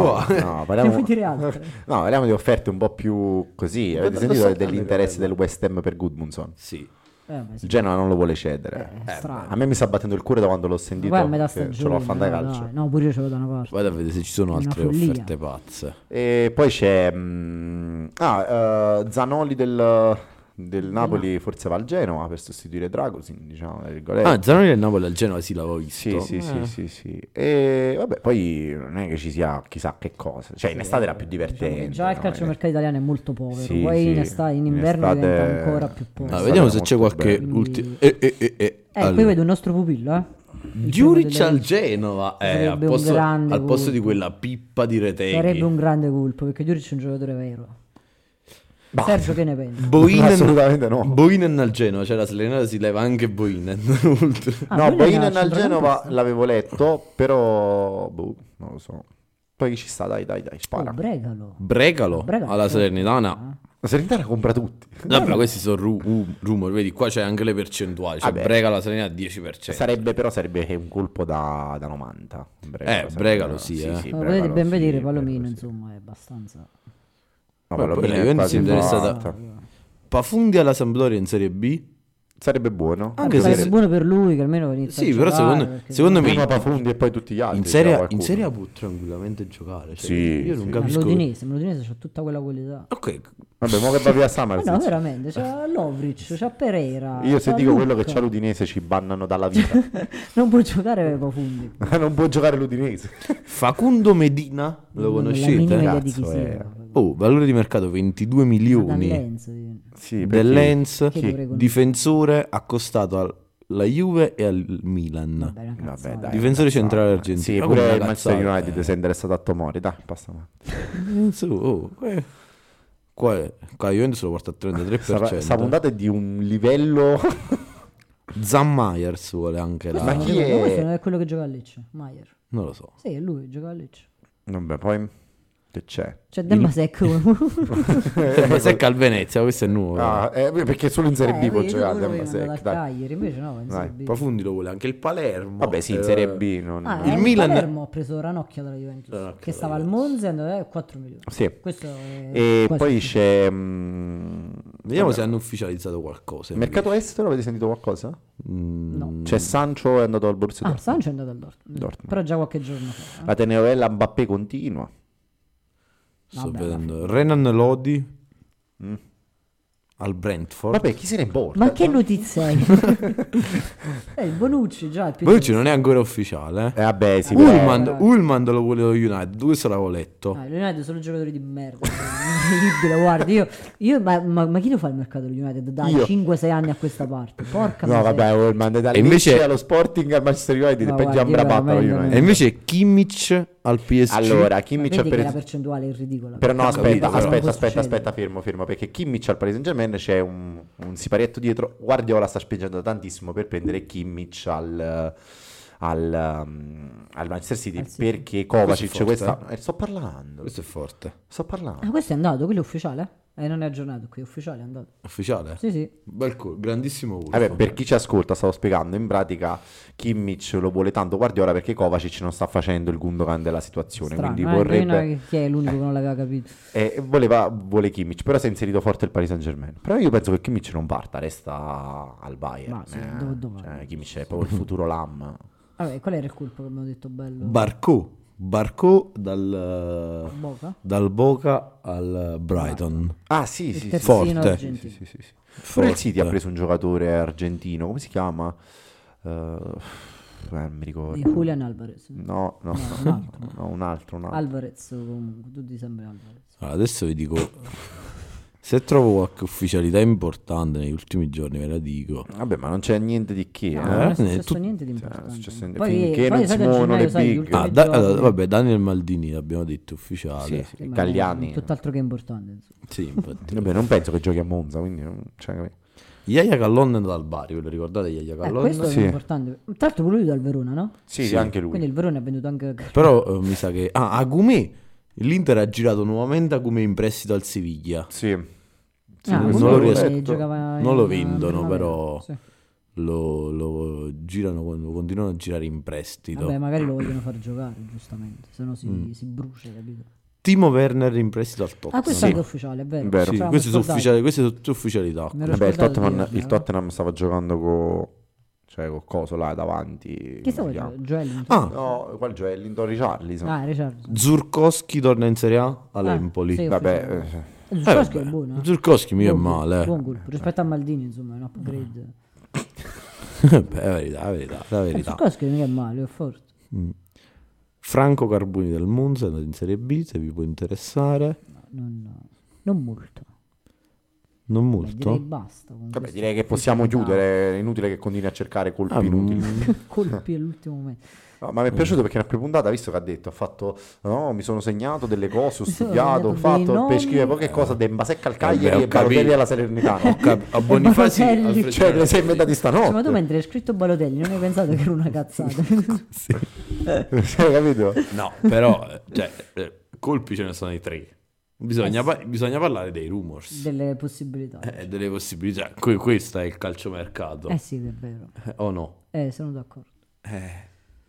No, no, parliamo, Devo dire altre. no, parliamo di offerte un po' più così. Avete Lo sentito so- dell'interesse del West Ham per Goodmunson? Sì. Eh, ma sì, Il Genoa non lo vuole eh, cedere. è strano. A me mi sta battendo il cuore da quando l'ho sentito. Guarda, a metà che ce l'ho stagione. a Fantacalcio. dai, No, pure io ce l'ho da una parte. Vado a vedere se ci sono Una altre follia. offerte pazze. E poi c'è mm, ah, eh, Zanoli del, del Napoli, forse va al Genoa per sostituire Dragosin, diciamo, tra virgolette. Ah, Zanoni del Napoli al Genova, sì, l'avevo sì, visto. sì, Eh. sì, sì, sì. E vabbè, poi non è che ci sia chissà che cosa. Cioè, in estate era più divertente. Diciamo che già il no? calciomercato italiano è molto povero, Sì, poi sì. in, esta- in In inverno estate- diventa ancora più povero. Ah, Estate vediamo era se c'è molto qualche bello. ultima. Eh, eh, eh, eh. Eh, qui Allora. vedo il nostro pupillo, eh. Il Giuric primo al delle- Genova, eh, Sarebbe al, un posto, grande al posto colpo. di quella pippa di Sarebbe Reteghi. un grande colpo perché Giuric è un giocatore vero. Bah. Sergio, che ne pensi? Boinen, Assolutamente no. Boinen al Genova, cioè la Selenata si leva anche Boinen. Oltre. Ah, no, quello era Boinen al Genova centrocampista? l'avevo letto, però boh, non lo so. Poi chi ci sta, dai, dai, dai, Oh, spara. Bregalo. Bregalo, Bregalo. alla Salernitana. Ah. La Salernitana compra tutti. No, però questi sono ru- u- rumor, vedi, qua c'è anche le percentuali, cioè Vabbè. Bregalo alla Serenità 10%. Sarebbe però sarebbe che un colpo da, da 90. Eh, Bregalo sì, eh. Ma potete ben vedere, Palomino, Palomino insomma, è abbastanza... No, Poi Palomino la è Juventus quasi è interessata- morta. Pafundi alla Sampdoria in Serie B? Sarebbe buono. Anche Anche se- se è buono per lui, che almeno inizia Sì, a però giocare, secondo, perché- secondo me Prima Pafundi e poi tutti gli altri. in c'era serie, in qualcuno. serie A può tranquillamente giocare. Cioè, Sì, io non sì. capisco. L'Udinese, l'Udinese ha tutta quella qualità. Ok, Vabbè, mo che va via Ma Summers. no, veramente, c'ha Lovric, c'ha Pereira. Io se c'ha dico quello che Lucca. c'ha l'Udinese ci bannano dalla vita. Non può giocare Profundi. non può giocare l'Udinese. Facundo Medina, lo La minima conoscete? idea di chi Cazzo, sia. eh. Oh, valore di mercato 22 milioni. Dall'Enzo, dice. Sì, perché- Dell'Ens, Chi dovrei conoscere? difensore accostato al- alla Juve e al Milan. Vabbè, una Vabbè, cazzata. dai. cazzata. Difensore centrale argentino. Sì, Ma pure come il una Manchester cazzata, eh. United si è interessato a Tomori. Dai, basta. avanti. Non so, oh, qua- qua, qua Juventus lo porta a Sta, 33%. sta puntata è di un livello. Zan Myers vuole anche la... Ma Non chi ricordo, è? Questo non è quello che gioca a Lecce, Maier. Non lo so. Sì, è lui che gioca a Lecce. Vabbè, poi che c'è? Cioè, Demba Secco. Ma secca al Venezia, questo è nuovo. Eh, Ah, eh, perché solo in Serie B può giocare Demba Sec, dai. Cagliari, invece no, in Dai, Serie B. Profondi lo vuole anche il Palermo. Vabbè, sì, in Eh, Serie B non... Ah, Il il Milan- Milan Palermo ha preso Ranocchia dalla Juventus, Ranocchia che dalla stava al Juventus. Monza e andava a 4 milioni. Sì. Questo è E eh, quasi poi tutto. c'è... mm, Vediamo vabbè, se hanno ufficializzato qualcosa. Mercato estero, avete sentito qualcosa? Mm, No. C'è Sancho è andato al Borussia Ah, Dortmund. Sancho è andato al Dortmund. Dortmund. Però già qualche giorno fa. eh. La telenovela Mbappé continua. Sto Vabbè, vedendo Renan Lodi al Brentford. Mm. Vabbè, chi se ne importa? Ma che notizia è? eh, il Bonucci già. il più- Bonucci Boh, non è ancora ufficiale. eh. Eh, Ah, vabbè, sì, però- Ullman, Ullman lo vuole lo United, due se l'avevo letto. Ah, il Leonardo sono giocatori di merda. incredibile, guarda, io, io- ma, ma- ma chi lo fa il mercato del United da Io. 5-6 anni a questa parte? Porca No, miseria. vabbè, oh, manda da E invece- Lecce allo Sporting al Manchester United No, e poi guarda, io Giambrapatta allo veramente non- United. E invece Kimmich al PSG. Allora, Kimmich Vedi ha che per... la percentuale è ridicola. Però no, Ho aspetta, capito, però. aspetta, Può aspetta, aspetta, succedere. fermo, fermo, perché Kimmich al Paris Saint-Germain c'è un, un siparietto dietro. Guardiola sta spingendo tantissimo per prendere Kimmich al, al, um, al Manchester City Al City. perché Questo è Kovacic forte, questa... eh, sto parlando, Questo è forte. sto Ah, parlando. questo è andato, quello è ufficiale? Eh, non è aggiornato qui, è ufficiale, è andato. Ufficiale? Sì, sì. Bel colpo, grandissimo colpo. Ah, Vabbè, per chi ci ascolta, stavo spiegando, in pratica Kimmich lo vuole tanto Guardiola perché Kovacic non sta facendo il Gundogan della situazione, Strano, quindi eh, vorrebbe... indovina chi è l'unico che non l'aveva capito. E Eh, voleva, vuole Kimmich, però si è inserito forte il Paris Saint Germain. Però io penso che Kimmich non parta, resta al Bayern. Ma sì, eh. dove- dove va? Cioè, Kimmich è proprio il futuro Lam. Vabbè, qual era il colpo che abbiamo detto bello? Barcò. Barcò dal, Boca? dal Boca al Brighton. Ah sì, Il sì, sì, terzino forte. argentino. Pure il Forte. City ha preso un giocatore argentino, come si chiama? Eh, eh, non mi Di ricordo. Julian Alvarez. No, no, un altro. no, un altro, un altro. Alvarez comunque, tutti sempre Alvarez. Allora, adesso vi dico... Se trovo qualche ufficialità importante negli ultimi giorni ve la dico. Vabbè, ma non c'è niente di che. No, eh. non è eh, successo tu- niente Cioè, non è di importante. successo niente. Poi- Finché poi non sai, si da muovono gennaio, le sai, gli big. ultimi Ah, da- giochi- allora, vabbè, Daniel Maldini l'abbiamo detto ufficiale. Sì, Sì, sì, ma Galliani. Tutt'altro che importante. insomma. Sì, infatti. Vabbè, non penso che giochi a Monza, quindi... non- cioè, capì? Yaya Callon dal Bari, ve lo ricordate Yaya Eh, Callon? questo Sì. è importante. Tra l'altro pure lui dal Verona, no? sì, Sì. anche lui. Quindi il Verona è venuto anche... Però eh, mi sa che... Ah, Agumè! L'Inter ha girato nuovamente Agumè in prestito al Siviglia. Sì. Sì, Ah, non questo uno lo l'ho che riesco- letto. giocava non lo in- vendono, primavera. però. Sì. Lo, lo girano, lo continuano a girare in prestito. Vabbè, magari lo vogliono far giocare, giustamente. Se no si, Mm. si brucia, capito? Timo Werner in prestito al Ah, Tottenham. questo Sì. è anche ufficiale, è vero. Vero. Ci Sì, eravamo Queste sono scordati. ufficiali- queste sono tutte ufficialità. Me l'ero Vabbè, il scordato di Tottenham, dirlo, il eh. Tottenham stava giocando con cioè col coso là davanti. Chi stava come si chiama? giocando? Joel? Ah, No, qual Joe Ellington Richarlison. Ah, Richardson. Zurkowski torna in Serie A Ah, all'Empoli. sì, Vabbè, ufficiale. eh, Il Eh, Zurkowski è vabbè. buono. eh. Zurkowski mica è Buon colpo, male. eh. Buon colpo. Rispetto a Maldini, insomma, è un upgrade. Eh, Beh, la verità, la verità, la Il verità. Zurkowski non è male, è forte. Franco Carboni del Monza è andato in Serie B, se vi può interessare. No, non, non molto. Non Beh, direi molto. basta. con vabbè, questa direi che possiamo ufficialità. chiudere, è inutile che continui a cercare colpi Ah, inutili. mm, Colpi all'ultimo momento. No, ma mi è piaciuto perché nella prepuntata, visto che ha detto, ha fatto no, mi sono segnato delle cose, ho Mi sono studiato, ho segnato dei fatto per nomi. scrivere qualche cosa del Basecca al Vabbè, Cagliari ho e Balotelli capito. alla Salernitana. Cap- a Balotelli. Bonifazi Alfred cioè, te Giannini. le sei inventati Cioè, ma tu stanotte. mentre hai scritto Balotelli non hai pensato che era una cazzata. Cioè, capito? No, però eh, cioè, eh, colpi ce ne sono i tre. Eh, Bisogna, pa- bisogna parlare dei rumors Delle possibilità. e delle possibilità. Que- questo è il calciomercato, Eh sì, è vero. eh, o no? Eh, sono d'accordo.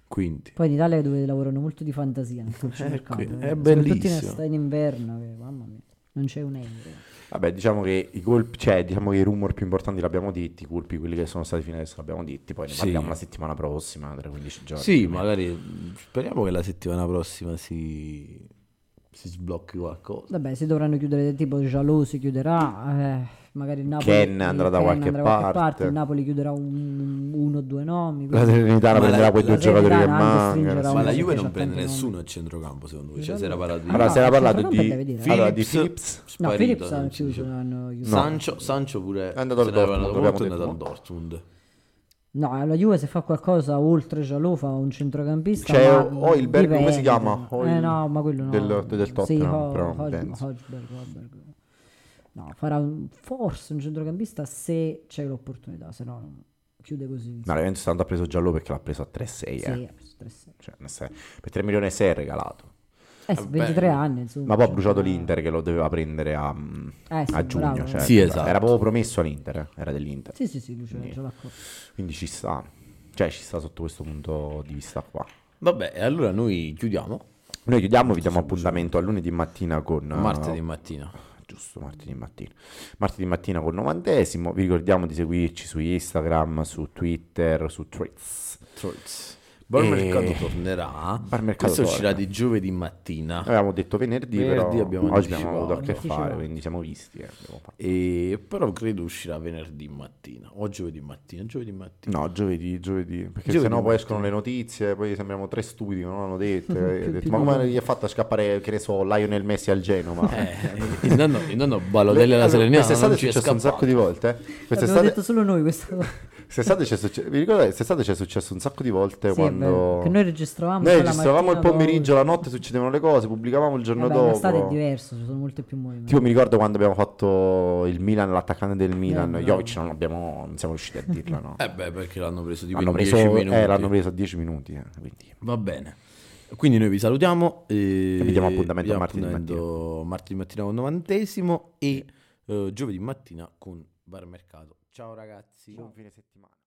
Quindi Poi in Italia è dove lavorano molto di fantasia nel calciomercato. qui- eh. è Soprattutto bellissimo. in, est- in inverno, che, mamma mia, non c'è un euro. Vabbè, diciamo che i colpi, cioè, diciamo che i rumor più importanti li abbiamo detti, i colpi, quelli che sono stati fino adesso li abbiamo detti, poi ne Sì. parliamo la settimana prossima, tra 15 giorni. sì, magari mh, speriamo che la settimana prossima si, si sblocchi qualcosa. Vabbè, si dovranno chiudere tipo Jalou si chiuderà, eh, magari il Napoli Ken andrà da Ken qualche andrà parte. il Napoli chiuderà un- uno o due nomi. La quindi- Serenitana Ma prenderà la- quei la due giocatori che Salernitana anche stringerà mancano. Ma un- la sì, Juve che non c'ha prende tanti nessuno a centrocampo, secondo me. Cioè, si era parlato di Allora, No, cioè, si era parlato centrocampo è da di, vedere. allora, di Phillips, Philips, No, sparito, Philips ha non si chiuso, eh. dice. hanno chiuso. Sancho, Sancio pure È andato se al ne era Dortmund, parlato molto, è abbiamo andato al Dortmund. No, la Juve se fa qualcosa oltre Jalou fa un centrocampista. C'è ma Hoiberg, come dipende. si chiama? Eh Hoil- no, ma quello no. del- del sì, Tottenham, Ho- però, Hoj- penso. Hojberg, Hojberg. No, farà un- forse un centrocampista se c'è l'opportunità, se no chiude così. No, la Juventus tanto ha preso giallo perché l'ha preso a 3-6, eh. Sì, ha preso tre sei. Cioè, nel senso, per 3 milioni e 6 è regalato. Eh sì, 23 anni, insomma. Ma poi ha cioè, bruciato eh, l'Inter che lo doveva prendere a, a Eh sì, giugno. bravo. cioè, Sì, esatto. Era proprio promesso all'Inter, eh, era dell'Inter. Sì, sì, sì, lui ce l'ha- ce l'ha accorto. Quindi ci sta. Cioè, ci sta sotto questo punto di vista qua. Vabbè, e allora noi chiudiamo Noi chiudiamo, vi diamo appuntamento a lunedì mattina con... eh, martedì mattina. Giusto, martedì mattina. Martedì mattina col novantesimo. Vi ricordiamo di seguirci su Instagram, su Twitter, su Threads. Trolls. Bournemouth E- Mercato tornerà. Bar Mercato Questo uscirà torna. Eh. di giovedì mattina. Avevamo detto venerdì, Venerdì però abbiamo oggi abbiamo anticipato. avuto a che fare, Anticipato. quindi siamo visti. eh, abbiamo fatto- E- però credo uscirà venerdì mattina o giovedì mattina. Giovedì mattina. No, giovedì, giovedì, perché Giovedì sennò poi mattina. escono le notizie, poi sembriamo tre stupidi che non hanno detto, Più- eh, ho detto, più ma come di- gli ha fatto a scappare, che ne so, Lionel Messi al Genova? Eh, il nonno, il nonno Balotelli alla Salernitana Quest'estate non è ci è successo un sacco scappato. di volte, eh. L'abbiamo quest'estate, detto solo noi questa cosa. quest'estate c'è successo, vi ricordate, quest'estate c'è successo un sacco di volte Sì, è vero, quando... che noi registravamo Noi quella registravamo il mattina, pomeriggio, la notte succedevano le cose, pubblicavamo il poi- giorno Vabbè, dopo. l'estate è diverso, ci sono molte più movimenti. Tipo mi ricordo quando abbiamo fatto il Milan, l'attaccante del Milan, Eh, no. Jovic non, abbiamo, non siamo riusciti a dirla, no? Eh beh, perché l'hanno preso tipo Hanno in preso, 10 eh, minuti. l'hanno preso a 10 minuti, eh, quindi. Va bene. Quindi noi vi salutiamo. E, vi diamo appuntamento vi diamo martedì appuntamento martedì mattina con Novantesimo e eh, giovedì mattina con Bar Mercato. Ciao ragazzi. Buon fine settimana.